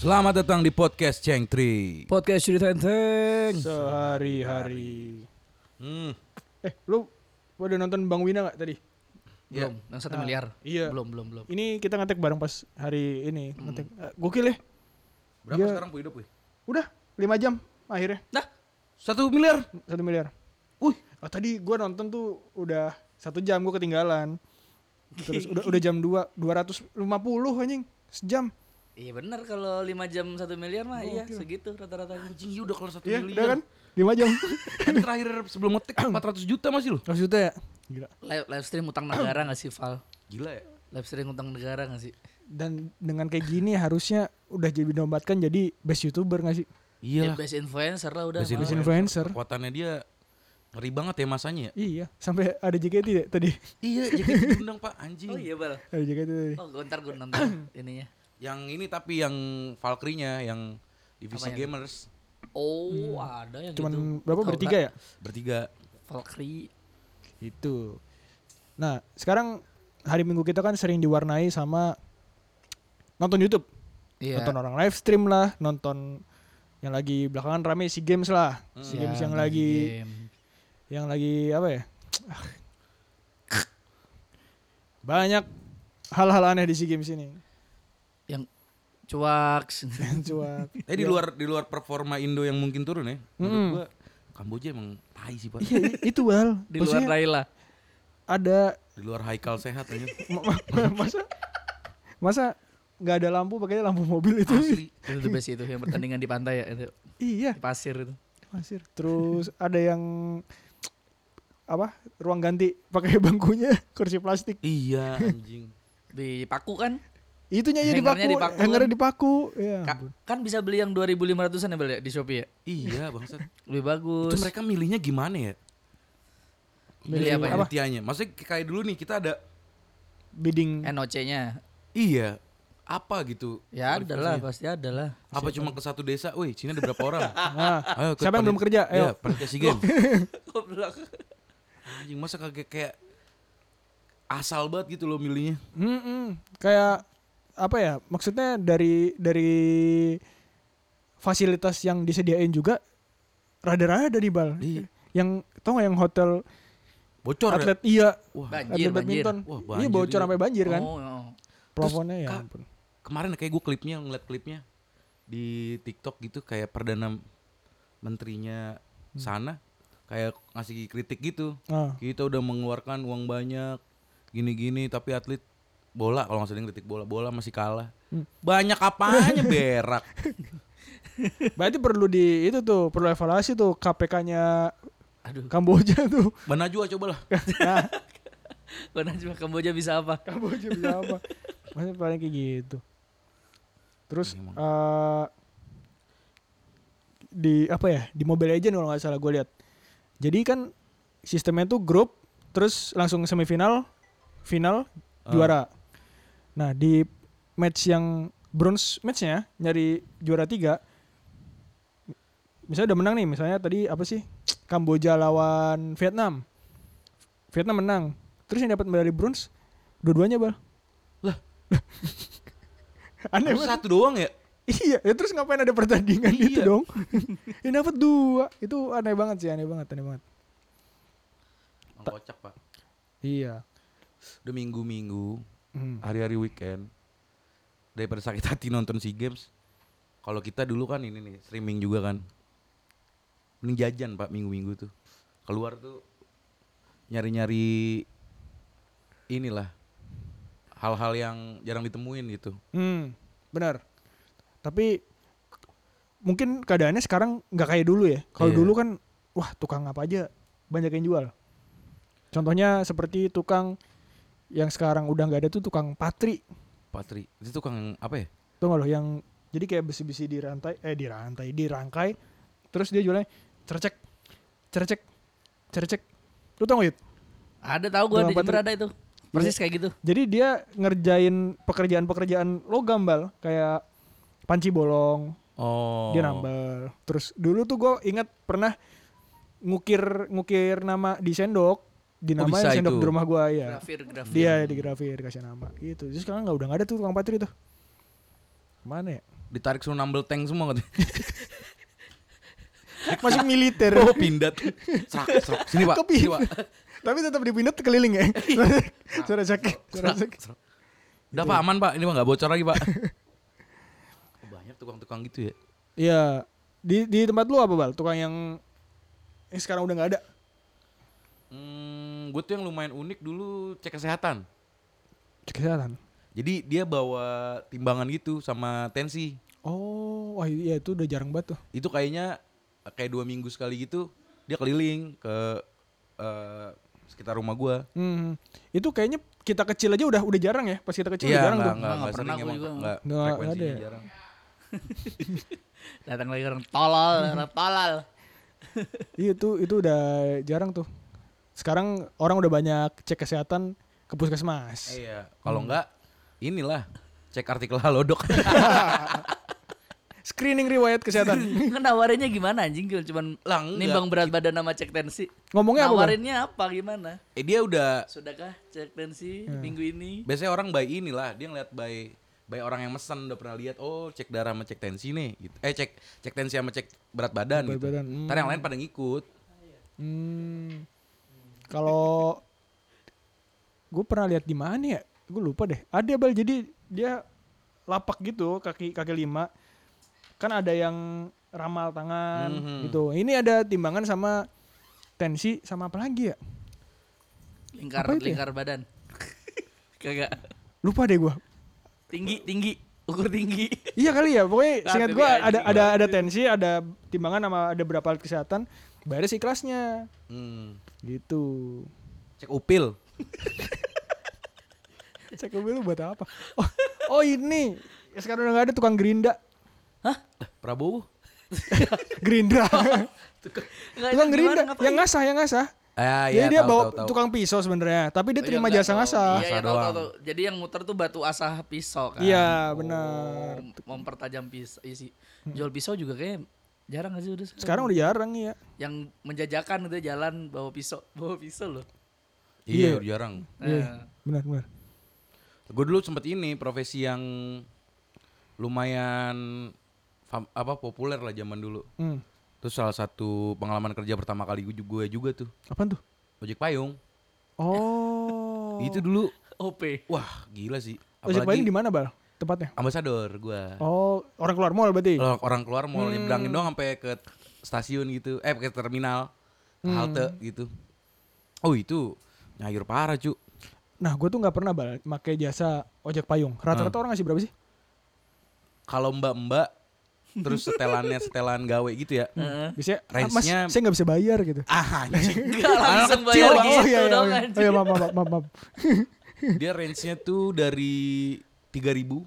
Selamat datang di podcast Ceng Tri. Podcast cerita enteng. Sehari-hari. Hmm. Eh, lu udah nonton Bang Wina nggak tadi? Ya. Belum, yang satu miliar. Iya. Belum, Hmm. belum, belum. Ini kita ngetek bareng pas hari ini. Ngetek. Eh, gokil ya. Berapa Iya. sekarang Puy hidup Puy? Udah 5 jam akhirnya. Nah, Satu miliar. Satu miliar. Wih, Oh, tadi gua nonton tuh udah satu jam gua ketinggalan. Terus udah udah jam 2 250 anjing. Sejam. iya benar kalau 5 jam 1 miliar mah iya segitu rata-rata. anjing iya udah keluar satu Iya, udah miliar. kan? 5 jam. Kan terakhir sebelum ngetik 400 juta masih lu. Terus juta ya? Gila. Live, live stream utang negara gak sih, Val? Gila ya. Live stream utang negara gak sih? Dan dengan kayak gini harusnya udah jadi dinobatkan jadi best YouTuber nggak sih? Iya. Ya, best influencer lah udah. Best malah. Best influencer. Kekuatannya dia ngeri banget ya masanya ya. Iya, sampai ada JKT ya tadi. Iya, jadi diundang Pak anjing. Oh iya, Bal. Ada JKT tadi. Oh, gue ntar gue nonton ininya. Yang ini tapi yang Valkyrie-nya yang divisi Apa yang- gamers Oh, ada yang Hmm. Cuman gitu. berapa Tau bertiga nggak? ya? bertiga. Valkyrie. Itu. Nah, sekarang hari Minggu kita kan sering diwarnai sama nonton YouTube, Iya. nonton orang live stream lah, nonton yang lagi belakangan rame si games lah, Hmm. si games yang lagi Iya, game. yang lagi apa ya? Ah. Banyak hal-hal aneh di si games ini. yang cuak. Cuak. Eh di luar di luar performa Indo yang mungkin turun ya. Menurut gua Kamboja emang tai sih Pak. Iya, i- itu bal. di luar Maksudnya Raila. ada Di luar Haikal sehat aja. ma- ma- masa masa nggak ada lampu pakainya lampu mobil itu Asli. Itu the best itu yang pertandingan di pantai ya itu. iya Di pasir itu. Pasir. Terus ada yang apa? Ruang ganti pakai bangkunya kursi plastik. Iya anjing. Di Paku kan? Itunya ya Hangernya dipaku, dipaku. hangernya dipaku. Ya. Ka- kan bisa beli yang 2500-an ya, Bel, ya di Shopee ya? Iya bangsat. Lebih Itu bagus. mereka milihnya gimana ya? Milih apa ya? Penelitiannya. Maksudnya kayak dulu nih kita ada ya? Bidding. NOC-nya. iya apa gitu. Ya ada lah, pasti ada lah. Apa cuma ke satu desa? Woi, sini ada berapa orang? Nah, Ayo, ke siapa yang panitia- belum kerja? Ayo. Iya, panitia SEA Games. Anjing, masa kayak kayak asal banget gitu loh milihnya. Mm-mm. Kayak apa ya? Maksudnya dari dari fasilitas yang disediain juga rada-rada di bal. Iya. Yang tau gak yang hotel Bocor atlet iya ya. Wah, Banjir, atlet banjir. badminton. Wah, iya banjir bocor iya. sampai banjir kan. Oh, oh. Plafonnya ya Kak, ampun. kemarin kayak gue klipnya ngeliat klipnya di TikTok gitu kayak perdana menterinya Hmm. sana kayak ngasih kritik gitu. Ah. Kita udah mengeluarkan uang banyak gini-gini tapi atlet bola kalau nggak salah dia ngeritik bola bola masih kalah. Banyak apanya berak. Berarti perlu di itu tuh, perlu evaluasi tuh KPK-nya Aduh, Kamboja tuh. Banajua cobalah. Nah, Gua nanya cuma Kamboja bisa apa? Kamboja bisa apa? Maksudnya paling kayak gitu. Terus Emang. eh di apa ya? Di Mobile Legends kalau nggak salah gue lihat. Jadi kan sistemnya tuh grup, terus langsung semifinal, final, Eh. juara. Nah, di match yang bronze matchnya nyari juara tiga misalnya udah menang nih misalnya tadi apa sih Kamboja lawan Vietnam Vietnam menang terus yang dapat medali bronze dua-duanya bal Lah. aneh Harus banget satu doang ya? iya ya terus ngapain ada pertandingan Iya. itu dong yang dapat dua itu aneh banget sih aneh banget aneh banget Emang Kocak, Pak. iya Udah minggu-minggu, Hmm. hari-hari weekend daripada sakit hati nonton SEA Games. Kalau kita dulu kan ini nih streaming juga kan. Mending jajan, Pak, minggu-minggu tuh. Keluar tuh nyari-nyari inilah hal-hal yang jarang ditemuin gitu. hmm benar tapi mungkin keadaannya sekarang nggak kayak dulu ya kalau Iya. dulu kan wah tukang apa aja banyak yang jual contohnya seperti tukang yang sekarang udah nggak ada tuh tukang patri Patri, itu tukang apa ya? tuh nggak loh yang jadi kayak besi-besi di rantai eh di rantai dirangkai terus dia jualnya cercek cercek cercek lu tau nggak Yud? Ada tahu gua di Doang Jember Patri. ada itu. Iya. Persis kayak gitu. jadi dia ngerjain pekerjaan-pekerjaan logam bal kayak panci bolong Oh. dia nambal terus dulu tuh gue ingat pernah ngukir ngukir nama di sendok dinamain bisa sendok itu. di rumah gue ya Grafir, grafir. dia digrafir dikasih nama gitu terus sekarang nggak udah nggak ada tuh tukang patri tuh mana ya ditarik suruh nambel tank semua katanya. Masuk militer. Oh pindad. Serak, serak. Sini pak. Kepi. Sini, pak. Tapi tetap dipindah keliling ya. Suara sakit, Serak, suara sakit. serak. Udah pak aman pak. Ini pak nggak bocor lagi pak. Banyak tukang-tukang gitu ya. Iya. Di di tempat lu apa, Bal? Tukang yang yang sekarang udah nggak ada. Hmm, gue tuh yang lumayan unik dulu cek kesehatan. Cek kesehatan. Jadi dia bawa timbangan gitu sama tensi. Oh, wah iya itu udah jarang banget tuh. Itu kayaknya eh, kayak dua minggu sekali gitu dia keliling ke eh, sekitar rumah gua. Hmm. Itu kayaknya kita kecil aja udah udah jarang ya. Pas kita kecil udah Iya, jarang enggak, enggak, tuh. Nggak enggak pernah sering gua emang, juga. enggak, Nggak, nggak frekuensinya ada ya. jarang. Datang lagi orang tolol, orang tolol. Iya itu itu udah jarang tuh. Sekarang orang udah banyak cek kesehatan ke puskesmas. Iya, kalau enggak inilah cek artikel halodoc. Screening riwayat kesehatan. Kan nawarinnya gimana anjing? Cuman Lah, enggak. nimbang berat badan sama cek tensi. Ngomongnya apa, Bal? Nawarinnya apa gimana? eh dia udah Sudahkah cek tensi Iya. minggu ini? biasanya orang by inilah, dia ngeliat by by orang yang mesen udah pernah lihat oh cek darah sama cek tensi nih gitu. Eh cek cek tensi sama cek berat badan Berat gitu. badan, Ntar yang lain pada ngikut. Hmm. Kalau gue pernah lihat di mana ya? Gue lupa deh. Ada bal jadi dia lapak gitu kaki kaki lima. Kan ada yang ramal tangan Mhm. gitu. Ini ada timbangan sama tensi sama apa lagi ya? Lingkar Apa itu ya? lingkar badan. Kagak. Lupa deh gua. Tinggi, tinggi. Ukur tinggi. Iya kali ya. Pokoknya Nah, singkat tapi gua anjing ada ada ada tensi, ada timbangan sama ada berapa alat kesehatan. Bayar sih kelasnya Hmm. gitu. Cek upil. Cek mobil lu buat apa? Oh, oh ini. Ya sekarang udah gak ada tukang gerinda. Eh, Prabowo. Gerindra. Oh, Nggak, tukang itu gerinda Ya. gimana, ngapain? yang ngasah, yang ngasah. Ah, Jadi iya, dia tahu, bawa tahu, tahu. tukang pisau sebenarnya, tapi Oh, dia iya, terima enggak, jasa tahu. ngasah. Iya, iya, Ngasah tahu, tahu, doang. tahu. Jadi yang muter tuh batu asah pisau kan. Iya, Oh, benar. mempertajam pisau Iya sih. Jual pisau juga kayak jarang gak sih udah sekarang? Sekarang udah jarang ya. yang menjajakan itu jalan bawa pisau, bawa pisau loh. Iya, jarang. Nah, Benar, benar. Gue dulu sempet ini profesi yang lumayan fam- apa populer lah zaman dulu. Hmm. Terus salah satu pengalaman kerja pertama kali gue juga, juga tuh Apaan tuh? ojek payung. Oh. Itu dulu OP. wah gila sih. Ojek payung Apalagi Iya. di mana, Bal? Tempatnya? ambasador gue. Oh, orang keluar mall berarti. Kalau Orang keluar mau nyebrangin Hmm. doang sampai ke stasiun gitu, eh ke terminal, ke Hmm. halte gitu. Oh itu nyayur parah cu. Nah, gue tuh nggak pernah Bal pakai jasa ojek payung. Hmm. Rata-rata orang ngasih berapa sih? Kalau mbak-mbak terus setelannya setelan gawe gitu ya. Heeh. Biasanya, ah, mas, Range-nya- saya nggak bisa bayar gitu. Ah anjing. Enggak langsung Cil, bayar Bang. gitu iya, iya, dong iya. Oh anjing. iya, maaf, maaf, maaf, maaf. Dia range-nya tuh dari 3000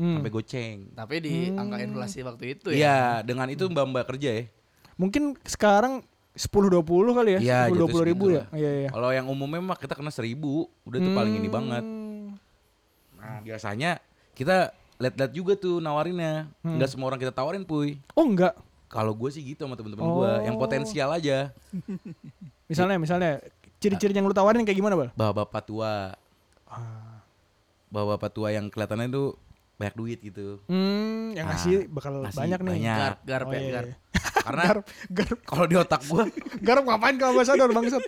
Hmm. sampai goceng. Tapi di angka inflasi waktu itu ya. Iya, dengan itu Mbak-mbak kerja ya. Mungkin sekarang 10-20 kali ya, Iya, 10-20 jatuh ribu segitu ya. Iya, iya. Kalau yang umumnya mah kita kena 1000, udah tuh paling ini banget. Hmm. Nah, biasanya kita lihat-lihat juga tuh nawarinnya. Hmm. Enggak semua orang kita tawarin, Puy. Oh enggak. Kalau gue sih gitu sama temen-temen gue, Oh. yang potensial aja. Misalnya, Iya. misalnya ciri-ciri yang lu tawarin kayak gimana, Bal? Bapak-bapak tua, Ah. bapak-bapak tua yang kelihatannya tuh banyak duit gitu. Hmm, yang Ah, ngasih bakal ngasih banyak nih. banyak. Garp, garp Oh, ya, iya, iya. garp. Karena Garap, kalau di otak gue garap ngapain kalau ambasador bangsat?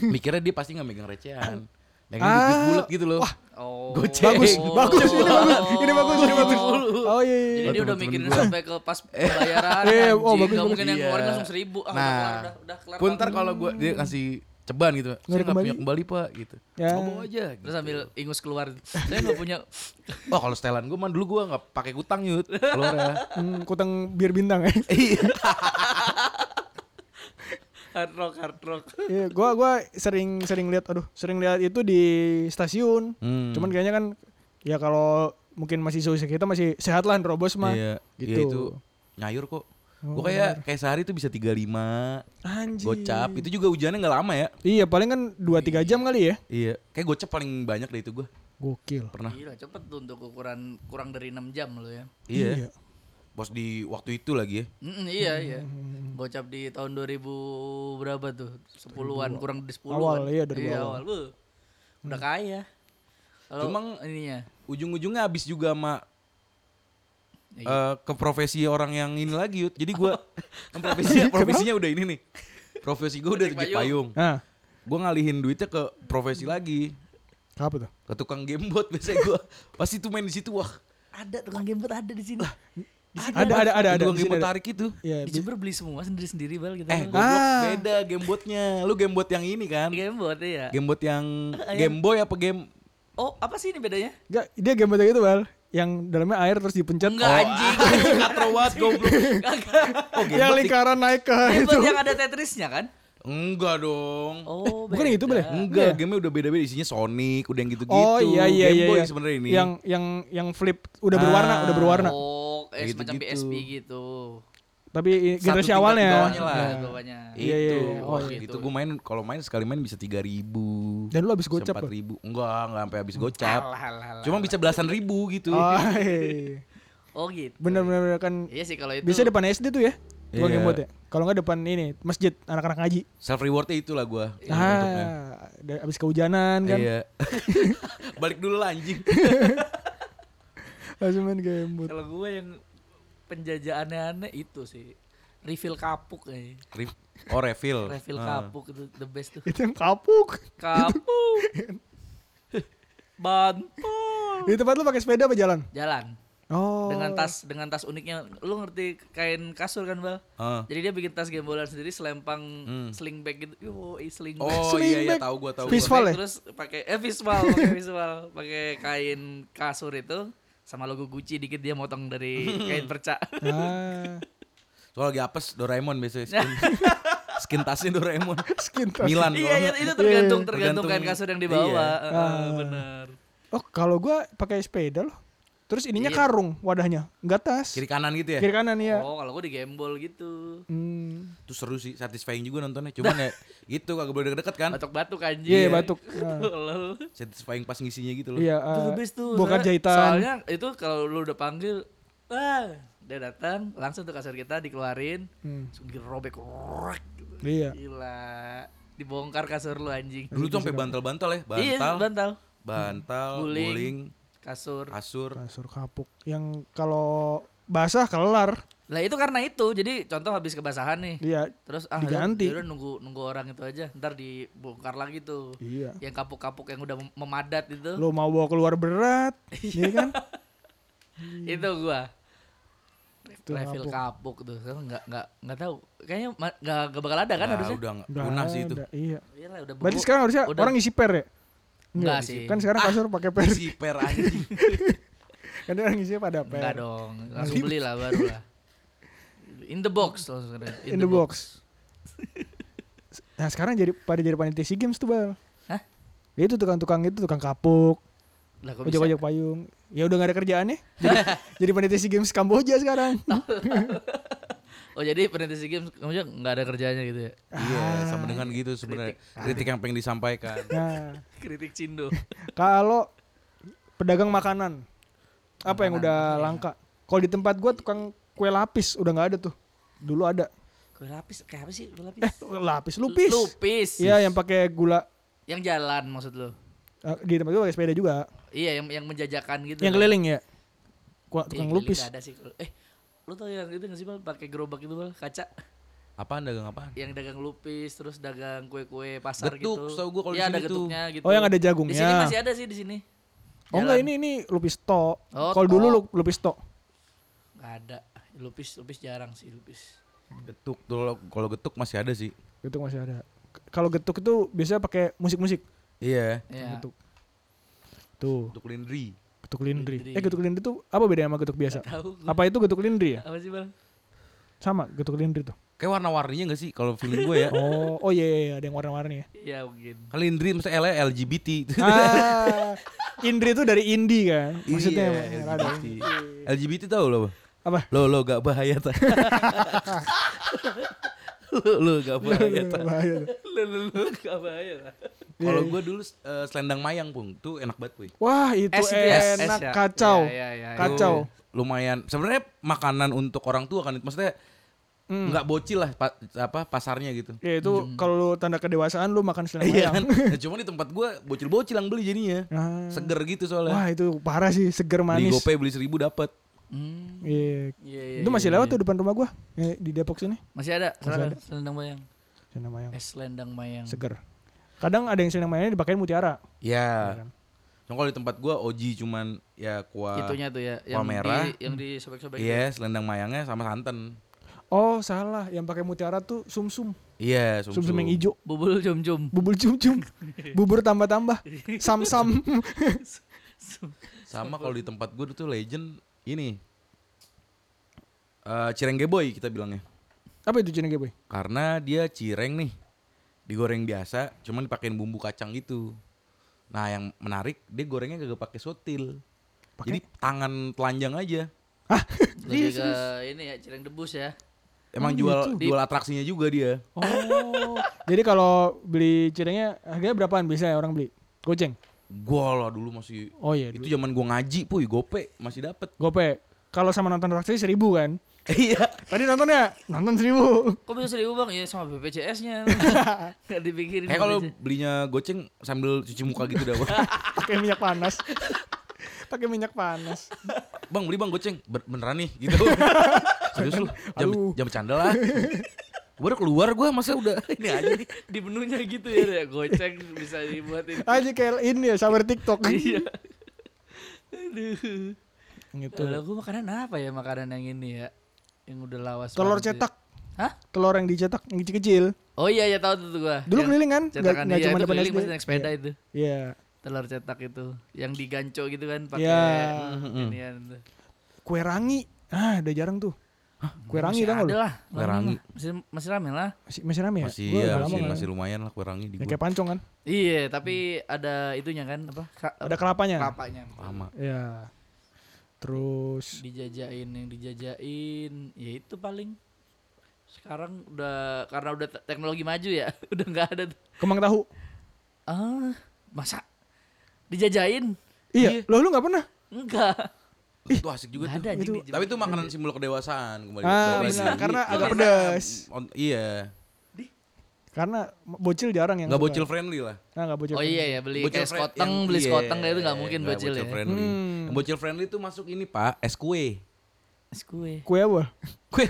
mikirnya dia pasti nggak megang recehan. Megang Ah, duit bulat gitu loh. Oh. Goceng. Bagus, bagus, ini bagus, ini bagus, ini bagus. Oh. Oh iya, iya. Jadi Oh, dia udah temen-temen mikirin gua. sampai ke pas pembayaran. Iya, oh, anjing. bagus, Nggak bagus. mungkin yang keluarin Iya. langsung seribu. Ah, udah nah, kelar, udah, udah kelar. pun Bang. ntar kalau gue dia kasih ceban gitu. Saya ada nggak punya kembali? kembali pak gitu. Ya. Oh, bawa aja. Gitu. Terus sambil ingus keluar. Saya nggak punya. Oh kalau setelan gue mah dulu gue nggak pakai kutang yut. Keluar ya. Hmm, kutang bir bintang ya. Hard rock, hard rock. Iya, gua gua sering sering lihat aduh, sering lihat itu di stasiun. Hmm. Cuman kayaknya kan ya kalau mungkin masih seusia kita masih sehat lah Robos mah. Iya. Gitu. Oh, Iya, itu nyayur kok. Gue kayak kayak sehari tuh bisa 35 Anjir. gocap. Itu juga hujannya nggak lama ya. Iya, paling kan 2 3 jam kali ya. Iya. Kayak gocap paling banyak deh itu gue Gokil. pernah. Nah. Gila, cepet tuh untuk ukuran kurang dari 6 jam lo ya. Iya. Bos di waktu itu lagi ya. Mm, iya, iya. Gocap di tahun 2000 berapa tuh? 10-an, kurang di 10 Awal, iya, 2000 awal. awal. Wuh, Udah kaya. Kalau Cuma- ininya Ujung-ujungnya habis juga sama eh, ke profesi orang yang ini lagi Yud. Jadi gua kan Iya, profesinya, profesinya udah ini nih. Profesi gua udah Petik jepayung. payung. payung. Nah, Gua ngalihin duitnya ke profesi lagi. apa tuh? Ke tukang gamebot biasanya gua pasti tuh main di situ wah. Ada tukang gamebot ada di sini. Di sini Ada ada ada ada. tukang di sini gamebot ada. tarik itu. Iya, Di bi- Jember beli semua sendiri-sendiri bal kita. Eh, Bal. goblok Ah. beda gamebotnya. Lu gamebot yang ini kan? gamebot ya. Gamebot yang Yang- Game Boy apa game Oh, apa sih ini bedanya? Enggak, dia gambar gitu, Bal. Yang dalamnya air terus dipencet. Oh, Enggak anjing. Katro banget goblok. Kagak. Yang lingkaran naik ke Nah, itu. Gamebot yang ada Tetrisnya kan? Enggak dong. Oh, Bukan yang itu, Bal, ya? Enggak, Iya. gamenya udah beda-beda isinya Sonic, udah yang gitu-gitu. Oh iya iya Gitu. Game iya. Boy iya. sebenarnya ini. Yang yang yang flip udah berwarna, Ah. udah berwarna. Oh, eh, Gitu-gitu. semacam PSP gitu. Tapi i- Satu generasi tingkat awalnya. di Bawahnya Iya. lah, bawahnya. itu. Iya, iya, iya. Oh, Wah, iya. itu gue main kalau main sekali main bisa 3000. Dan lu habis gocap, Empat Bal? ribu. Enggak, enggak sampai habis gocap. Alah, alah, alah. Cuma bisa belasan ribu gitu. Oh, iya. Oh gitu. bener bener bener kan Iya sih kalau itu. bisa depan SD tuh ya gua Iya. gamebot ya kalau nggak depan ini masjid anak-anak ngaji Self rewardnya itulah gue. ah da- abis kehujanan kan Iya. Balik dulu lah anjing. langsung main gamebot Kalau gue yang penjajaannya aneh itu sih. Refill kapuk kayaknya. Re- Oh refill. Refill Ah. kapuk itu the best tuh. itu yang kapuk Kapuk. Bantul. di tempat lu pakai sepeda apa jalan Jalan oh dengan tas dengan tas uniknya. Lu ngerti kain kasur kan, Bal? Ah. Jadi dia bikin tas gembolan sendiri selempang Hmm. sling bag gitu. Yo, eh, sling bag. Oh Swing iya iya back. tahu gue tahu. gua. Sling Fishball bag, ya? Terus pakai eh visual, pakai visual, pakai kain kasur itu sama logo Gucci dikit dia motong dari kain perca. ah Soalnya lagi apes Doraemon biasanya skin, skin tasnya Doraemon. skin tas Milan. iya, kalau iya, nggak. itu tergantung tergantung Kan, Tergantung- kain kasur yang iya. dibawa. Heeh, Ah. bener. oh kalau gua pakai sepeda loh terus ininya Iya. karung wadahnya nggak tas Kiri kanan gitu ya. Kiri kanan ya Oh, kalau gue di gembol gitu. Hmm. Itu seru sih, satisfying juga nontonnya. Cuman ya gitu kagak boleh deket-deket kan. Batuk-batuk anjir. Iya, batuk. Nah. Tolol. Satisfying pas ngisinya gitu loh. iya Itu the eh, best tuh. bongkar soalnya- jahitan Soalnya itu kalau lu udah panggil, ah, dia datang, langsung tuh kasur kita dikeluarin, Hmm. langsung dirobek. Rorak. iya Gila. Dibongkar kasur lu anjing. Dulu tuh sampai bantal-bantal ya, Iya, bantal, bantal. bantal, Guling. guling, Kasur. kasur. kasur kapuk yang kalau basah kelar Iya. Lah itu karena itu. Jadi contoh habis kebasahan nih. dia Terus ah Diganti. yaudah nunggu nunggu orang itu aja. Ntar dibongkar lagi tuh. iya Yang kapuk-kapuk yang udah mem- memadat itu. lo mau bawa keluar berat iya kan itu gua Itu refill kapuk tuh Sekarang nggak nggak nggak tahu kayaknya ma- nggak nggak bakal ada kan Nah, harusnya udah nggak Nggak punah sih itu. ada, iya Iya lah, udah berarti bego. sekarang harusnya udah. orang ngisi per ya Nggak sih. Ah. kan sekarang kasur pakai per Si per anjing. kan dia orang ngisi pada per nggak dong langsung beli lah baru lah in the box langsung keren. in the box nah sekarang jadi pada jadi panitia sea games tuh bal Hah? dia itu tukang-tukang itu tukang kapuk lah kok bisa ojek-ojek payung ya udah gak ada kerjaannya jadi jadi panitia sea games Kamboja sekarang oh jadi peneliti SEA games kamu juga nggak ada kerjanya gitu ya Iya, Ah, sama dengan gitu sebenarnya. Kritik yang pengen disampaikan. nah kritik cindo Kalau pedagang makanan apa yang iya. udah langka? Kalau di tempat gua tukang kue lapis udah nggak ada tuh. Dulu ada. kue lapis kayak apa sih kue lapis Eh, lapis lupis. lupis Iya, yang pakai gula yang jalan maksud lo Eh, di tempat gua pakai sepeda juga. iya yang yang menjajakan gitu Yang kan? keliling ya. Gua Iya, tukang keliling lupis. nggak ada sih eh lu tau yang itu nggak sih bal pakai gerobak itu bal kaca Apaan dagang apaan? yang dagang lupis terus dagang kue-kue pasar Getuk, gitu. setahu gua kalau di Iya, ada sini tuh. getuknya gitu. Oh, yang ada Di sini jagungnya. masih ada sih di sini. Oh enggak ini ini lupis to. Oh, Kalau dulu tok. lu- lupis to. Nggak ada. Lupis lupis jarang sih lupis. Getuk dulu kalau getuk masih ada sih. Getuk masih ada. K- Kalau getuk itu biasanya pakai musik-musik Iya. Iya. getuk. Tuh, Getuk lindri. getuk lindri. Lindri. Eh getuk lindri tuh apa bedanya sama getuk biasa? Tahu gua. Apa itu getuk lindri ya? apa sih, Bang? Sama getuk lindri tuh. Kayak warna-warninya gak sih kalau feeling gue ya? Oh, oh iya, iya, iya, ada yang warna-warni ya. Iya, mungkin. Kan lindri mesti L LGBT. ya. Ah, Indri itu dari Indi kan? Maksudnya Iya, ada LGBT. LGBT tau lo? apa? Lo lo gak bahaya tak? lo lo gak bahaya tak? Bahaya tuh. Lu lu lu nggak bahaya lah. Kalau gue dulu eh, selendang mayang pung tuh enak banget gue. Wah, itu Es itu ya, es enak ya. kacau. Iya, iya, iya, iya. Kacau. Lumayan. Sebenarnya makanan untuk orang tua kan maksudnya Hmm. nggak bocil lah pa- apa pasarnya gitu. Ya itu kalau lu tanda kedewasaan lu makan selendang Iya mayang. kan? Nah, Cuma di tempat gue bocil-bocil yang beli jadinya. Ah. Seger gitu soalnya. Wah, itu parah sih, seger Beli manis. gopay beli seribu dapat. Hmm. Iya. Iya, iya, Itu iya, masih iya, lewat iya. tuh depan rumah gua eh, di Depok sini. Masih ada, Masih Selendang- ada. selendang mayang. Senam mayang. Eh. Es selendang mayang. Seger. Kadang ada yang senam mayangnya dipakein mutiara. Ya. kan? Cuma kalau di tempat gua OG cuman ya kuah. Itunya ya. tuh ya, yang Warna merah. di yang di sobek-sobek. itu. Iya, selendang mayangnya sama santan. Oh salah, yang pakai mutiara tuh sumsum, Iya, sumsum. sumsum yang hijau, Bubul jom-jom. bubur cum-cum, bubur tambah-tambah, sam-sam. Sama kalau di tempat gua tuh legend ini. Eh cireng boy kita bilangnya. Apa itu jenenge boy? Karena dia cireng nih. Digoreng biasa, cuman dipakein bumbu kacang gitu. Nah, yang menarik dia gorengnya kagak pakai sotil. Jadi Pakai? tangan telanjang aja. Lebih ke ini ya, cireng debus ya. Emang Oh, jual gitu. jual atraksinya juga dia. Oh, jadi kalau beli cirengnya harganya berapaan biasanya orang beli? Goceng. Gua lah dulu masih Oh iya. itu Itu zaman gua ngaji, puy, gope masih dapet. gope. Kalau sama nonton atraksi seribu kan? Iya. Tadi nontonnya nonton seribu. Kok bisa seribu bang? Ya sama BPJS-nya. Gak dipikirin. Eh, Kayak kalau BPJS. belinya goceng sambil cuci muka gitu dah. Pakai minyak panas. Pakai minyak panas. bang beli bang goceng "Ben- beneran nih gitu serius lu jam Aduh. jam bercanda lah Gua udah keluar gua masa udah ini aja nih di menunya gitu ya, ya. goceng bisa dibuatin. Aja kayak ini ya sawer TikTok. Iya. Aduh. gitu. Kalau gue makanan apa ya makanan yang ini ya? Yang udah lawas. Telur banget ya. cetak. Hah? Telur yang dicetak yang kecil-kecil. Oh iya ya tahu tuh, tuh gua. Dulu Yang keliling kan? Nggak- Cetakan nggak iya, cuma itu depan keliling SD. pasti naik sepeda itu. Iya. Telur cetak itu yang diganco gitu kan pakai Iya. inian tuh. Kue rangi. Ah, udah jarang tuh. Kue rangi Masih tau nggak ada lu? lah. Kue rame rangi. lah. Masih masih rame lah. Masih masih rame ya? masih Gua ya udah lama masih, nggak- masih lumayan lah kue rangi di Ya, gua kayak pancong kan? Iya, tapi ada itunya kan apa? Ka- Mm. Ada kelapanya. kelapanya. lama Iya. Terus Dijajain yang dijajain, ya itu paling sekarang udah karena udah te- teknologi maju ya, udah nggak ada tuh. kemang tahu. Ah, masa dijajain? Iya. Loh lu nggak pernah? Enggak. itu asik juga tuh Nggak ada anjing Itu- dijajain. tapi itu makanan simbol kedewasaan kembali Ah, kembali benar. lagi. Karena Oh, Iya, agak karena, pedas. on- iya Karena bocil jarang yang nggak suka. bocil friendly lah Nah, nggak bocil. Oh iya ya beli bocil kayak fri- skoteng, yang- beli iya, skoteng kayak itu nggak mungkin nggak bocil ya. friendly Hmm. Yang bocil friendly itu masuk ini pak es kue Es kue. Kue apa? kue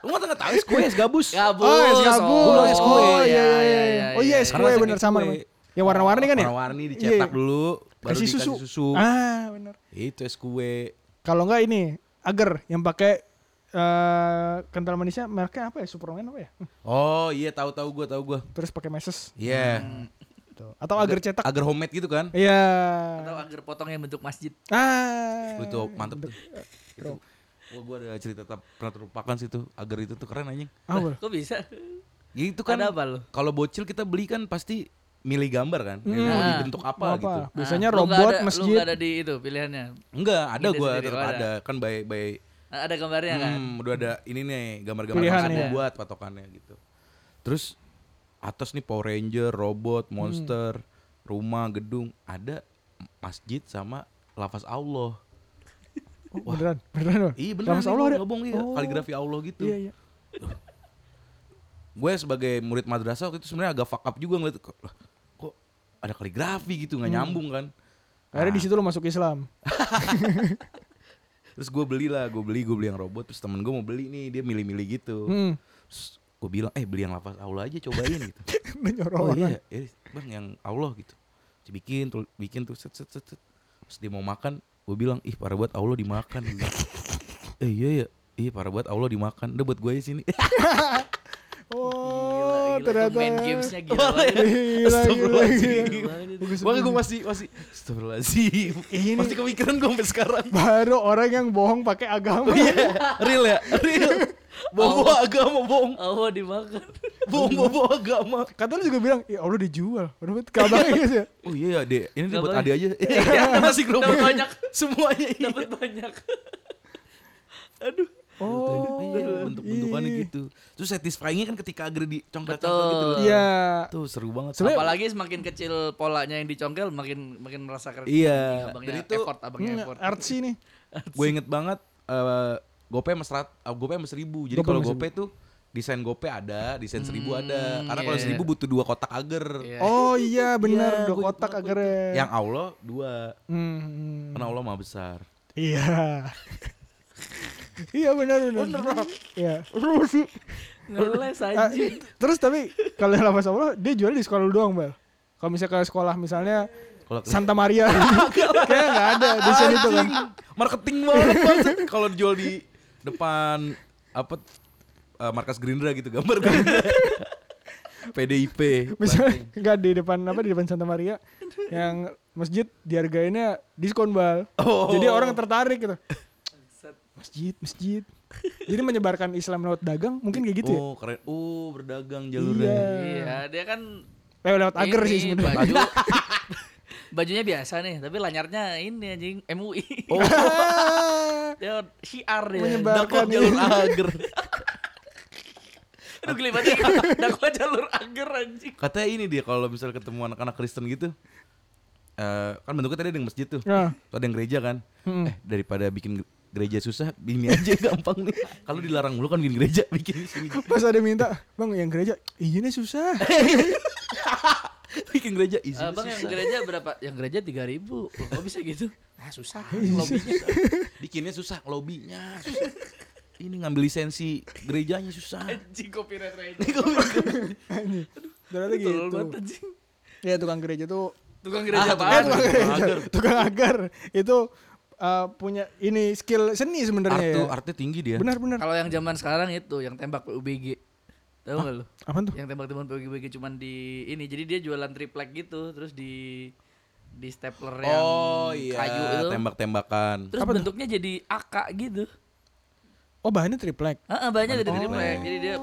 lu nggak tahu Oh, es kue es gabus Gabus. Oh, es gabus. Gua bilang es kue. Oh, iya, iya, iya. Oh iya, es Karena kue rasanya bener sama. kue. namanya. Yang warna-warni kan ya? warna-warni dicetak Iya. dulu baru Kasih dikasih susu. susu, Ah, bener. itu es kue Kalau nggak ini, agar yang pakai eh kental manisnya mereknya apa ya? Superman apa ya? Hmm. oh iya tahu tahu gua tahu gua Terus pakai meses. iya Gitu. Atau agar cetak. agar homemade gitu kan Iya. Atau agar potong yang bentuk masjid. Ah. itu mantep tuh itu Wah, gua ada cerita tak pernah terlupakan sih tuh agar itu tuh keren anjing Apa? Kok bisa? Ya, itu kan Ada apa lu? kalau bocil kita beli kan pasti milih gambar kan yang mau Nah. dibentuk apa, Mau apa? gitu Biasanya Ah, lu nggak robot, ada- Lu masjid. nggak ada di itu pilihannya. enggak ada Ide gua sendiri, tetap oh, ada. ada kan by by Ah, Ada gambarnya kan? Hmm, udah ada ini nih gambar-gambar Pilihan yang harus ya. dibuat patokannya gitu. Terus atas nih Power Ranger, robot, monster, rumah, gedung, ada masjid sama lafaz Allah. Oh, beneran, beneran. Bang? Iya bener Lafaz nih, Allah gua ada. nggak bohong, iya. Oh. kaligrafi Allah gitu. Iya, iya. Gue sebagai murid madrasah waktu itu sebenarnya agak fuck up juga ngeliat kok, lah, kok ada kaligrafi gitu Hmm. nggak nyambung kan. Akhirnya di situ lo masuk Islam. Terus gue belilah, gue beli, gue beli yang robot. Terus temen gue mau beli nih, dia milih-milih gitu. Hmm. Terus gue bilang, eh beli yang lafaz Allah aja cobain gitu. Oh Menyorong. iya, iya, bang yang Allah gitu. Terus bikin, tul- bikin tuh set set set. set. Terus dia mau makan, gue bilang ih para buat Allah dimakan. Gitu. eh iya ya, iya para buat Allah dimakan. Udah buat gue aja sini. Oh, gila, ternyata. Tuh main gamesnya gila banget. Gila, gila, gila. Gila banget itu. gue gue masih masih Astagfirullahaladzim Ini- Masih kepikiran gue sampai sekarang. Baru orang yang bohong pakai agama. Iya, real ya, Oh. real. Bohong bawa agama, bohong, Allah dimakan. bohong bawa bawa agama. Kata lu juga bilang, ya Allah dijual. Padahal kabarnya gitu ya. Oh iya ya, Dek. Ini dia Gak buat boleh. Ade aja. Iya, nasi Dapat kerupuk. banyak. Semuanya. iya. Dapat banyak. Aduh. Oh, Iya, bentuk-bentukannya iya. gitu. Terus satisfyingnya kan ketika agar dicongkel-congkel Betul. gitu loh. Iya. Tuh seru banget. Sebenarnya- Apalagi semakin kecil polanya yang dicongkel makin makin merasa keren. Iya, Abangnya dan itu- effort, abangnya Hmm, effort. artsy gitu. nih. Gue inget banget eh gope sama serat, eh, gope sama seribu. Hmm, Jadi Gope kalau sama gope tuh desain gope ada, desain seribu ada. Karena kalau iya. seribu butuh dua kotak agar. Iya. Oh iya benar Iya, dua gua kotak agar Yang Allah dua. hmm. Karena Allah maha besar. Iya. Iya benar benar. Iya. Ngeles Ah, aja. terus tapi kalau yang lapas Allah dia jual di sekolah lu doang, Bel. Kalau misalnya ke sekolah misalnya Kalau ke- Santa Maria Iya, kayaknya nggak ada di sini tuh kan. marketing banget maksud. kalau dijual di depan apa eh, markas Gerindra gitu gambar Gerindra. PDIP. Misalnya nggak di depan apa di depan Santa Maria yang masjid dihargainnya diskon bal. Oh. Jadi orang tertarik gitu. Masjid, masjid. Jadi menyebarkan Islam lewat dagang mungkin kayak gitu ya. Oh, keren. Oh, berdagang jalurnya. Iya, dia kan Eh, lewat agar ini, sih sebenarnya. Baju, bajunya biasa nih, tapi lanyarnya ini anjing MUI. Oh, Dia syiar dia. Menyebar. dakwah Barkan jalur ini. agar. Aduh geli banget ya. Dakwa jalur agar anjing. Katanya ini dia kalau misalnya ketemu anak-anak Kristen gitu. eh, kan bentuknya tadi ada yang masjid tuh. Nah, Tuh ada yang gereja kan. hmm. Eh, daripada bikin gereja susah, ini aja gampang nih. Kalau dilarang mulu kan bikin gereja, bikin di sini. Pas ada minta, "Bang, yang gereja izinnya susah." bikin gereja izin Abang Eh, yang susah. gereja berapa? Yang gereja 3000 ribu Kok bisa gitu? Ah susah lobinya. Bikinnya susah, lobinya susah. Ini ngambil lisensi gerejanya susah. Eh, Anjing copyright right. Ternyata Tolol gitu. banget anjing. Ya tukang gereja tuh Tukang Ah, gereja tukang apaan? gereja. agar. tukang agar itu eh, punya ini skill seni sebenarnya Artu, iya. ya. artnya tinggi dia. Benar benar. Kalau yang zaman sekarang itu yang tembak PUBG. Tahu enggak lu? Apaan tuh? Yang tembak-tembakan PUBG cuman di ini. Jadi dia jualan triplek gitu terus di di stapler yang Oh iya, kayu itu. tembak-tembakan. Terus Apa tuh? bentuknya jadi AK gitu. Oh bahannya triplek. Heeh, banyak dari Bentuknya. triplek. Jadi dia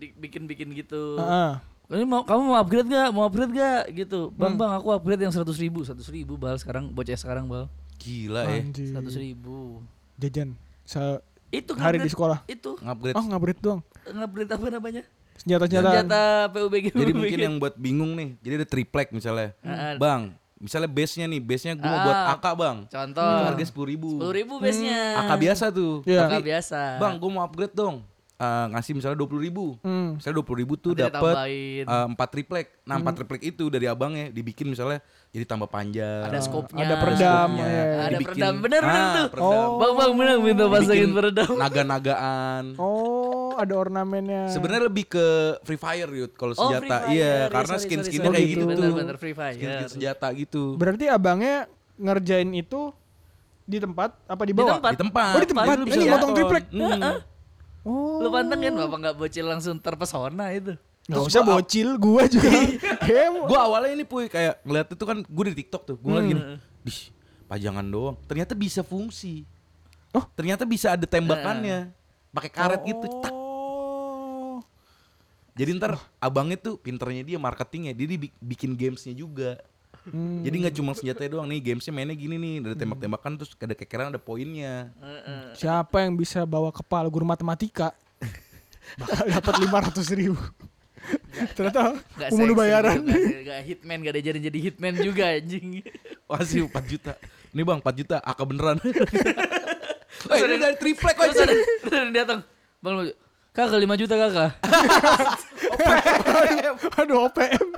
dibikin-bikin gitu. Heeh. Ini mau kamu mau upgrade gak? Mau upgrade gak? Gitu. Bang bang aku upgrade yang seratus ribu, seratus ribu bal sekarang bocah sekarang bal Gila ya. Anjir. seratus ribu. Jajan. Se Itu Hari di nge-upgrade- sekolah. Itu Ngupgrade. oh ngabrit doang. ngupgrade apa namanya? Senjata-senjata. Senjata PUBG. Jadi mungkin yang buat bingung nih. Jadi ada triplek misalnya. Heeh. Bang, misalnya base-nya nih, base-nya gua mau Ah. buat AK, Bang. contoh Itu Hmm. harga 10 ribu. sepuluh ribu biasanya. AK biasa tuh. Iya. Kakak Tapi, biasa. Bang, gua mau upgrade dong. Eh, ngasih misalnya 20 ribu. Hmm. Misalnya 20 ribu tuh Nanti dapat ditambahin. eh, empat triplek. Nah empat triplek itu dari abangnya dibikin misalnya jadi tambah panjang. ada skopnya. Ada peredam. skopnya. ya. Ada Dibikin- peredam. Bener, bener Ah, tuh. Oh. peredam. Bang bang bener minta pasangin Dibikin peredam. Naga-nagaan. Oh, ada ornamennya. Sebenarnya lebih ke free fire yut kalau Oh, Free senjata. Fire. iya, Iya, karena sorry, skin-skinnya kayak sorry, sorry. gitu Bener, tuh. bener, Free Fire. iya. Skin-skin senjata gitu. berarti abangnya ngerjain itu di tempat apa di bawah? Di tempat. Oh, di tempat. Jadi lu bisa Ini motong nonton. triplek. Hmm. Oh. Lu pantengin apa nggak bocil langsung terpesona itu? Gak usah bocil, gua juga. Hemo. Gua awalnya ini puy kayak ngeliat itu kan gua di TikTok tuh. Gua ngeliat gini. Dih, pajangan doang. Ternyata bisa fungsi. Oh. Ternyata bisa ada tembakannya. Pakai karet gitu. tak. Oh. Jadi ntar abangnya tuh pinternya dia marketingnya, dia di- bikin gamesnya juga. Hmm. Jadi nggak cuma senjatanya doang nih, gamesnya mainnya gini nih, ada tembak-tembakan terus ada kekeran ada poinnya. Siapa yang bisa bawa kepala guru matematika bakal dapat 500 ribu. Ternyata Gak pumudu seksi, bayaran. Gak, gak hitman, gak diajarin jadi hitman juga anjing. Wasi 4 juta. Ini bang 4 juta, AK beneran. Wah, ada- ini dari triplek kok Terus ada, terus ada yang datang. Bang, lu, kakak 5 juta kakak. Aduh OPM.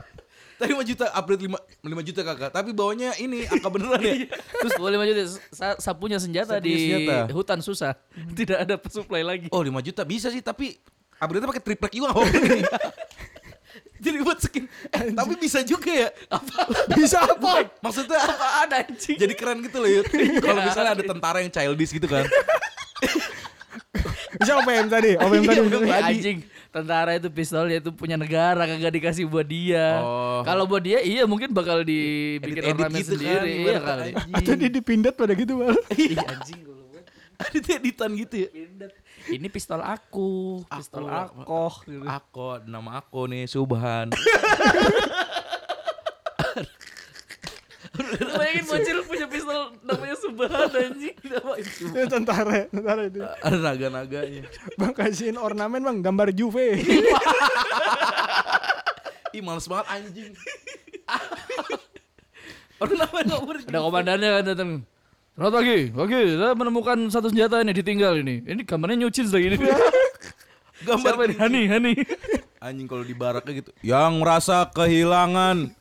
Tadi 5 juta, upgrade 5, 5 juta kakak. Tapi bawahnya ini AK beneran ya. Terus boleh 5 juta. Sa sapunya senjata Sapunya di senjata. hutan susah. Tidak ada supply lagi. Oh 5 juta bisa sih, tapi upgrade-nya pakai triplek juga nggak apa-apa. Jadi buat skin. Eh, tapi bisa juga ya. Bisa apa? Maksudnya Apaan anjing? jadi keren gitu loh Yud. Kalau misalnya ada tentara yang childish gitu kan. Bisa OPM tadi, OPM tadi. Iya, Ya, tadi. anjing tentara itu pistol itu punya negara kagak dikasih buat dia. Oh. Kalau buat dia iya mungkin bakal dibikin Edit-edit ornamen gitu kan, sendiri iya ibarat kali. anjing. Atau dia dipindat pada gitu, Bal. Iya anjing kalau buat Ada editan gitu ya. Pindad. Ini pistol aku, pistol Aku. akoh gitu. Ako, nama aku nih Subhan. Lu Bayangin bocil punya pistol namanya Subhan anjing. Nama itu. Itu Ya, tentara, tentara itu. Ada naga-naganya. Bang kasihin ornamen, Bang, gambar Juve. Ih males banget anjing. Orang namanya nggak boleh. Ada komandannya kan datang. Selamat pagi, pagi. Saya menemukan satu senjata ini ditinggal ini. Ini gambarnya nyucin lagi ini. Gambar Iya. Siapa ini? Hani, Hani. anjing kalau di baraknya gitu. Yang merasa kehilangan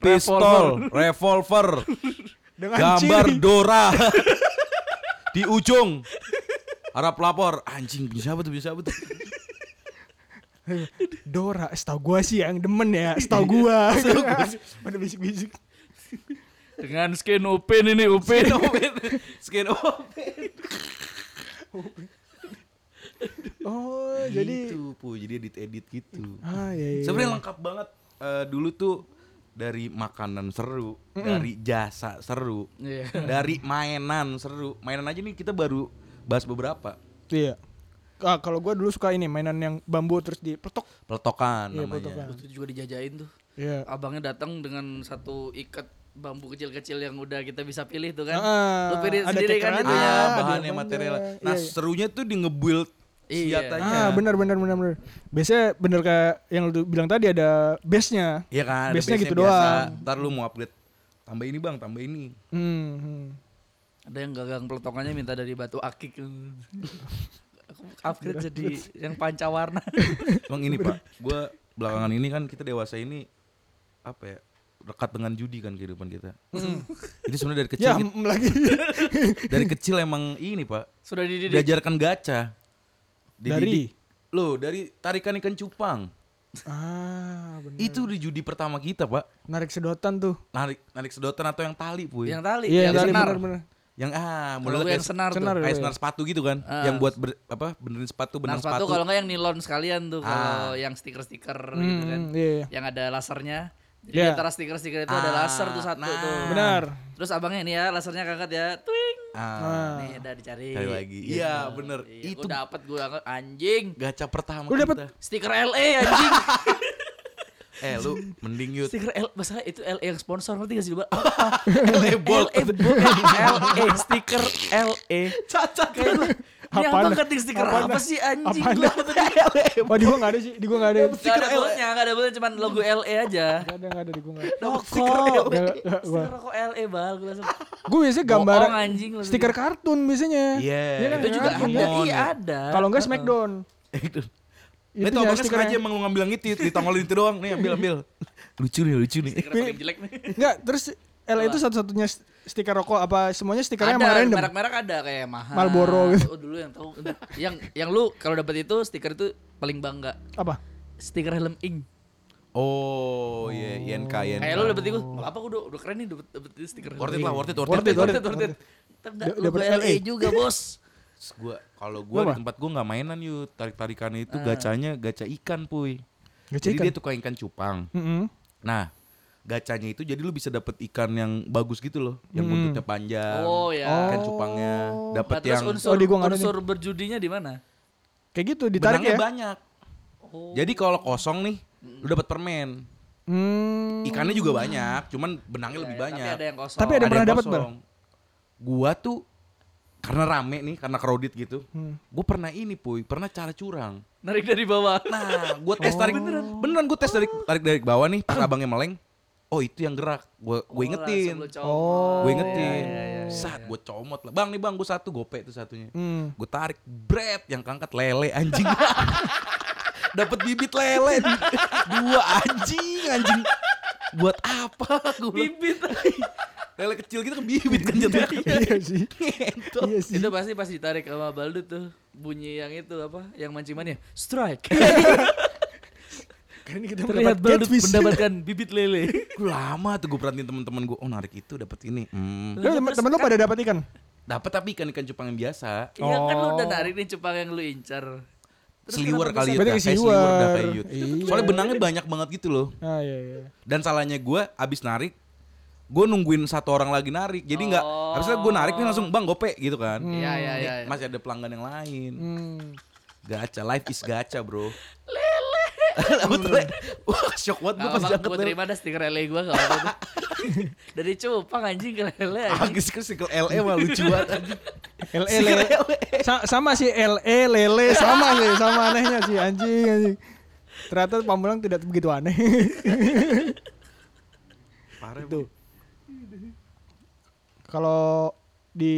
pistol, revolver, Dengan gambar ciri Dora. di ujung harap lapor anjing bisa apa tuh bisa apa tuh Dora, setahu gua sih yang demen ya, setahu gua. Mana bisik-bisik. Dengan skin open ini open. skin open skin open Oh, jadi gitu pu jadi edit edit gitu ah iya, iya. sebenarnya lengkap banget Eh, dulu tuh dari makanan seru dari jasa seru Iya. dari mainan seru mainan aja nih kita baru bahas beberapa Iya. Ah, kalau gua dulu suka ini mainan yang bambu terus dipetok. peletokan Iya, namanya peletokan. Itu juga dijajain tuh. Iya. Abangnya datang dengan satu ikat bambu kecil-kecil yang udah kita bisa pilih tuh kan. Ah, Lu pilih ada sendiri kan cekerannya. itu ya. ah, ada bahannya yang material enggak. nah Iya, iya. serunya tuh di nge-build Iya. senjatanya Ah, benar benar benar benar. Biasanya benar kayak yang lu bilang tadi ada base-nya. Iya kan, ada Base-nya base-nya gitu biasa. doang. Ntar lu mau upgrade, tambah ini bang, tambah ini. Hmm, hmm. Ada yang gagang peletokannya minta dari batu akik. Aku upgrade jadi yang pancawarna. Bang ini pak, gue belakangan ini kan kita dewasa ini apa ya rekat dengan judi kan kehidupan kita. Hmm. Itu sebenarnya dari kecil, Ya, kita- mm, lagi. dari kecil emang ini pak, Sudah dididik. diajarkan gacha. Dari Lo dari tarikan ikan cupang Ah, benar. Hmm. itu di judi pertama kita pak. Narik sedotan tuh. Narik narik sedotan atau yang tali puy. Yang tali, Iya, yang tali senar. benar benar. Yang ah, Kalau model gue yang senar, senar. tuh. Iya. kayak senar sepatu gitu kan, Ah. yang buat ber- apa benerin sepatu, Nah, benerin sepatu sepatu. Ah. kalau enggak yang nilon sekalian tuh kalau yang stiker-stiker gitu kan. Hmm, iya, iya. Yang ada lasernya. Jadi Iya. antara stiker-stiker itu ada Ah, laser tuh satu nah. tuh. Benar. Terus abangnya ini ya lasernya kakak ya. Twing. Ah. Ah. Nih ada dicari. Gitu. Cari lagi. Iya, bener. Itu Itu- dapat gue angkat anjing. Gacha pertama Lu dapet? kita. Stiker LE anjing. Eh lu mending yut stiker L masalah itu LE yang sponsor ngerti gak sih E lu? Bang? LA E Bolt LE bukan LE stiker LE. Cacat Kayak gua, Ini Apaan? abang ngetik stiker Apaan? apa sih anjing? Apaan? Gua ngetik LE. Wah, Oh, di gua enggak ada sih, di gua enggak ada. Gak E. ada bulannya, gak ada bulannya cuman logo LE aja. Enggak ada, enggak ada di gua enggak. ada. Rokok. Nggak, nggak, Stiker gua. rokok LE bal gue E, langsung. Gue biasanya gambar Bohong, anjing, lu. stiker kartun biasanya. Iya, Iya kan, Itu juga kartun. ada. Hamon, Iya ya. ada. Kalau enggak Heeh. Smackdown. Itu Itu Itu ya abangnya stikernya. sengaja emang lu ngambil yang itu Yut. ditongolin itu doang Nih ambil ambil Lucu nih lucu nih Stiker paling jelek nih. Enggak, terus L itu satu-satunya st- stiker rokok apa semuanya stikernya emang ada random? merek-merek ada kayak mahal. Marlboro gitu. Oh, dulu yang tahu. yang yang lu kalau dapat itu stiker itu paling bangga. Apa? Stiker helm ing. Oh iya INK INK Kayak Eh, lu dapet itu, nggak apa udah udah keren nih dapet dapet ini stiker. helm Worth it ing." lah worth it Worth it, Worth it, worth it. Tetep nggak, Dapet E. logo LA. LA E juga, Bos. Terus Gua kalau gua Apa? Eh. di tempat gua nggak mainan yuk tarik-tarikan itu gacanya gacha ikan puy. Gacha Jadi ikan? dia tukang ikan cupang. Mm-mm. Nah, gacanya itu jadi lu bisa dapet ikan yang bagus gitu loh, yang buntutnya panjang. Oh, ya. Ikan cupangnya Nah, dapet terus yang unsur, Hmm. Oh, di gua nggak ada unsur berjudinya di mana? Kayak gitu ditarik benangnya ya. banyak. Jadi kalau kosong nih, lu dapat permen. Hmm. Ikannya juga banyak, cuman benangnya lebih Iya, Nah, ya, Tapi banyak. ada yang kosong. Tapi ada yang pernah dapat, Bal? kosong. Gua tuh karena rame nih, karena crowded gitu. Hmm. Gua pernah ini, Puy, pernah cara curang. narik dari bawah. Nah, gua tes tarik beneran. Oh. Beneran gua tes tarik tarik dari bawah nih, pas abangnya meleng. Oh, itu yang gerak. Gua gua ingetin. Oh. Gue iya, ingetin. Saat gue comot lah. Bang nih bang, gue satu gope itu satunya. Hmm. Gue tarik bret yang kangkat lele anjing. Dapat bibit lele dua anjing anjing. Buat apa gue Bibit. Lele kecil gitu kan bibit kan jatuhnya. Iya sih. Iya sih. itu pasti pas ditarik sama Baldu tuh bunyi yang itu apa yang mancingannya strike Karena kita terlihat mendapat Baldu catfish. mendapatkan bibit lele Gue lama tuh gue perhatiin teman-teman gue. Oh narik itu dapat ini. Hmm. Lu temen- Temen lu pada dapat ikan? Dapat tapi ikan ikan cupang yang biasa. Iya kan lu udah narik nih cupang yang lu incar Seliwer kali ya, Berarti kayak ke seliwer dah siwer. kayak Yud. Iya. Soalnya benangnya banyak banget gitu loh. Ah iya iya. Dan salahnya gue abis narik, gue nungguin satu orang lagi narik. Jadi nggak, Oh. habisnya gue narik nih langsung bang gope gitu kan. Iya iya iya. Nih, Masih ada pelanggan yang lain. Hmm. Gacha, life is gacha bro. Lele. Betul. Wah shock banget gue Gak pas apa jangkep gue lele. terima dah stiker lele gue gak apa-apa tuh. Dari cupang anjing ke lele anjing Agis ke single LE E mah lucu banget. anjing. LE E lele. Sa- sama sih LE lele sama sih sama anehnya sih anjing anjing. Ternyata Pamulang tidak begitu aneh. Parah Itu. bro. Kalau di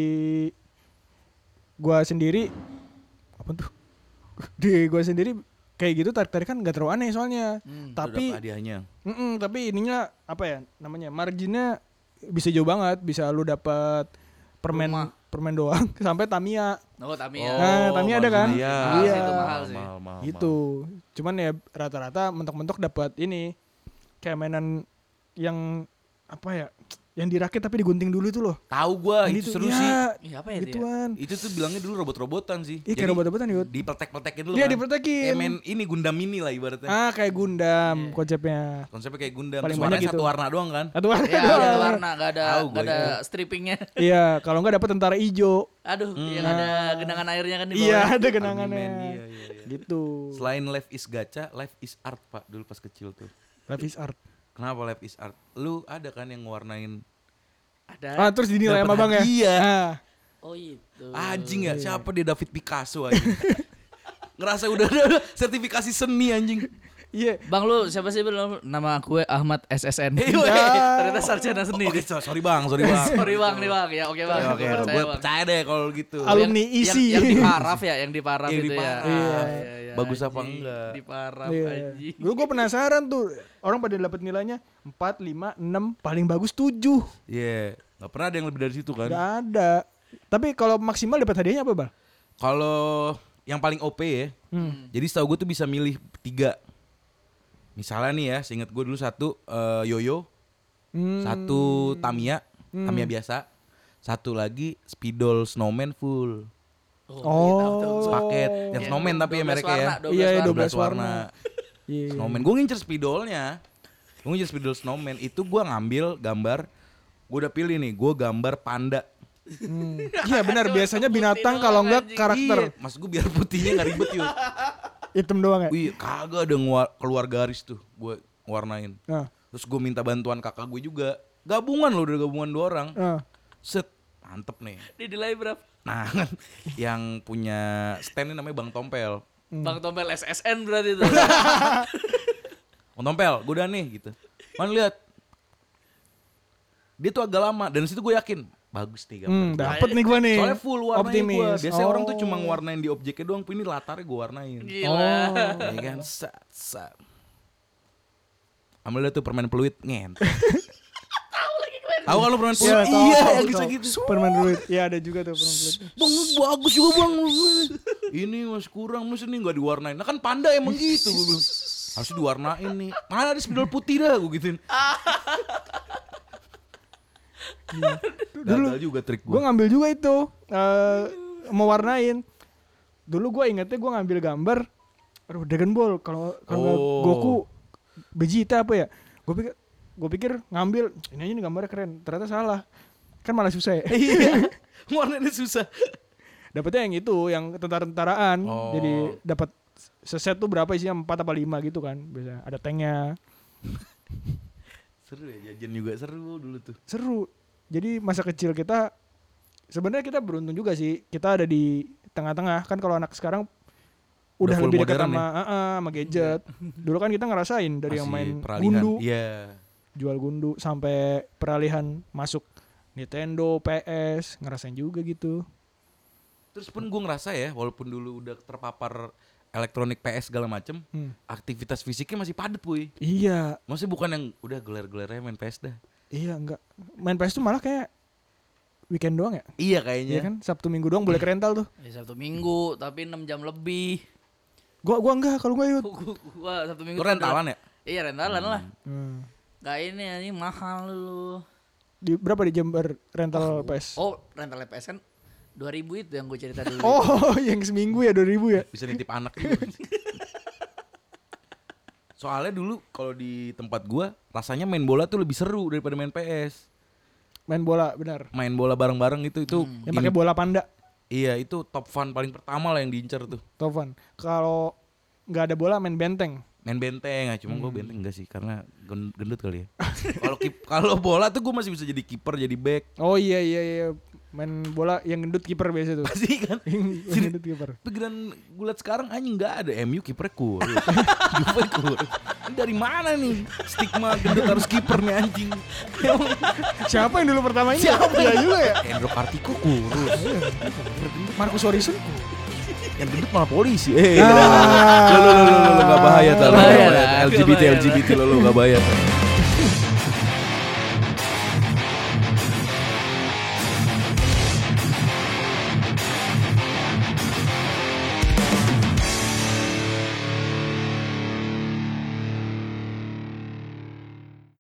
gua sendiri apa tuh? Di gua sendiri kayak gitu tarik-tarikan gak terlalu aneh soalnya. Tapi tapi hadiahnya. Mm-mm, tapi ininya apa ya namanya marginnya bisa jauh banget bisa lu dapat permen Rumah. permen doang sampai Tamiya Oh, Tamiya. Nah, Tamiya ada kan? Iya. Mahal Iya. sih, itu mahal sih. Mahal, mahal, mahal. gitu. Cuman ya rata-rata mentok-mentok dapat ini kayak mainan yang apa ya? Yang dirakit tapi digunting dulu itu loh. Tahu gua Yang Ah, itu seru ya, sih. Ih, apa ya itu ya? Gituan. Itu tuh bilangnya dulu robot-robotan sih. Kan. Iya, kayak Jadi, robot-robotan, Yud. Dipeltek-peltekin dulu Iya, kan. dipeltekin. Kayak main gitu. Iya. ini Gundam Mini lah ibaratnya. Ah, kayak Gundam konsepnya. Konsepnya kayak Gundam. Paling Paling banyak gitu. satu warna doang kan. Atau warna Iya, doang. ada warna, gak ada, Tahu gak gua ada itu. strippingnya. Iya, kalau nggak dapat tentara ijo. Aduh, yang ada genangan airnya kan di bawah. ya, Iya, ada Army Man, kenangannya. iya, iya, iya. Gitu. Selain life is gacha, life is art pak dulu pas kecil tuh. Life is art. Kenapa life is art? Lu ada kan yang ngewarnain Ada. Ah, terus Dapat dinilai sama Bang Iya. ya? hadiah. Ah. Oh, itu. anjing ya? Siapa dia David Picasso anjing? Ngerasa udah, udah, udah sertifikasi seni anjing. Iya. Bang lu siapa sih belum nama gue Ahmad SSN. Eh, weh. Ternyata sarjana seni. Oke, so- sorry bang, sorry bang. Sorry Bang, nih Bang. Ya, oke Bang. Ya, Oke, Gue percaya, gue Bang. percaya deh kalau gitu. Al- Alumni Yang- ISI. Yang, yang di paraf ya, yang di paraf Yang itu di ya. paraf. Iya, iya, Bagus apa anjing. enggak? Di paraf Iya. anjing. Dulu gue penasaran tuh orang pada dapat nilainya 4, 5, 6, paling bagus 7. Iya, nggak pernah ada yang lebih dari situ kan? Gak ada. Tapi kalau maksimal dapat hadiahnya apa, Bang? Kalau yang paling OP ya, Hmm. jadi setahu gue tuh bisa milih tiga. Misalnya nih ya, seingat gue dulu satu eh, Yoyo, Hmm. satu Tamiya, Tamiya biasa, satu lagi Spidol Snowman full, Oh. sepaket. Yang Snowman tapi ya 12 mereka Iya, warna, ya. 12 Iya, iya, warna. 12 warna. Iya. Snowman. Gue ngincer spidolnya. Gue ngincer spidol snowman. Itu gue ngambil gambar. Gue udah pilih nih. Gue gambar panda. Hmm. Iya benar biasanya Putih binatang doang, kalau enggak anjing. karakter Iya, Mas gue biar putihnya gak ribet yuk. hitam doang ya. Wih kagak ada ngua- keluar garis tuh. Gue warnain. Nah. Terus gue minta bantuan kakak gue juga. Gabungan loh udah gabungan dua orang. Nah. Set. Mantep nih. Dinilai berapa? Nah kan, yang punya stand ini namanya Bang Tompel. Bang Tompel SSN berarti itu. Bang Tompel, gue udah nih gitu. Man lihat. Dia tuh agak lama. Dan situ gue yakin. Bagus nih gambar. Hmm, dapat nih gua nih. Nah, eh, Soalnya full warnanya Optimis. gue. Biasanya orang tuh Oh. Iya. cuma ngewarnain di objeknya doang, ini latarnya gue warnain. Gila. Ya kan, sat, sat. Ambil dah tuh permen peluit, ngent. Tahu kan lu permen peluit? Iya, iya, tahu, tahu, yang tahu. gitu-gitu. Permen duit. Iya ada juga tuh permen duit. Bang, lu bagus juga bang. ini mas kurang, mas ini nggak diwarnain. Nah kan panda emang gitu, gue bilang. Harus diwarnain nih. Mana ada spidol putih dah, gue gituin. Iya. Gagal juga trik Gue gue. ngambil juga itu eh mau warnain. Dulu gue ingetnya gue ngambil gambar aduh Dragon Ball kalau kalau nggak Oh. Goku Vegeta apa ya. Gue pikir gue pikir ngambil ini aja nih gambarnya keren. Ternyata salah. Kan malah susah ya. Iya, warnanya susah. Dapatnya yang itu yang tentara-tentaraan. Oh. Jadi dapat seset tuh berapa isinya 4 apa 5 gitu kan biasanya. Ada tanknya. Seru ya, jajan juga seru dulu tuh. Seru. Jadi masa kecil kita sebenarnya kita beruntung juga sih. Kita ada di tengah-tengah kan kalau anak sekarang Udah udah, full lebih dekat modern sama ah, ah, sama gadget. Dulu kan kita ngerasain dari yang Masih main peralihan. gundu, Iya. jual gundu sampai peralihan masuk Nintendo, PS, ngerasain juga gitu. Terus pun gue ngerasa ya, walaupun dulu udah terpapar elektronik PS segala macem, Hmm. aktivitas fisiknya masih padat puy. Iya, Masih bukan yang udah gelar-gelarnya main PS dah. iya enggak. Main PS tuh malah kayak weekend doang ya? Iya Iya kayaknya. kan? Sabtu Minggu doang boleh ke rental tuh. Ya, Sabtu Minggu, tapi 6 jam lebih. Gua gua enggak kalau gua ikut. Gua, gua Sabtu Minggu. Lu rentalan ya? Iya, rentalan lah. Hmm. Gak ini anjing mahal lu. Di berapa di Jember rental PS? Oh, rental PS kan 2000 itu yang gue cerita dulu. Oh, yang seminggu ya 2000 ya? Bisa nitip anak juga. Soalnya dulu kalau di tempat gua rasanya main bola tuh lebih seru daripada main PS. Main bola benar. Main bola bareng-bareng itu itu Yang Hmm. Ya, pakai bola panda, iya itu top fun paling pertama lah yang diincar tuh. Tovan. Kalau nggak ada bola main benteng. main benteng ah cuma gue benteng enggak sih karena gen- gendut kali ya kalau kip- kalau bola tuh gue masih bisa jadi kiper jadi back Oh iya iya iya. Main bola yang gendut kiper biasa tuh. pasti kan yang yang gendut kiper. pikiran gue liat sekarang anjing nggak ada MU kiper kur Juve kur Ini dari mana nih stigma gendut harus kiper nih anjing Emang Siapa yang dulu pertama ini? Siapa ya juga ya? Endro Kartiko kurus Marcus Horizon. yang gendut malah polisi eh Ah. lo lo lo lo nggak bahaya tal Nggak Bahaya, bahaya. nggak LGBT bahaya, LGBT lo lo nggak bahaya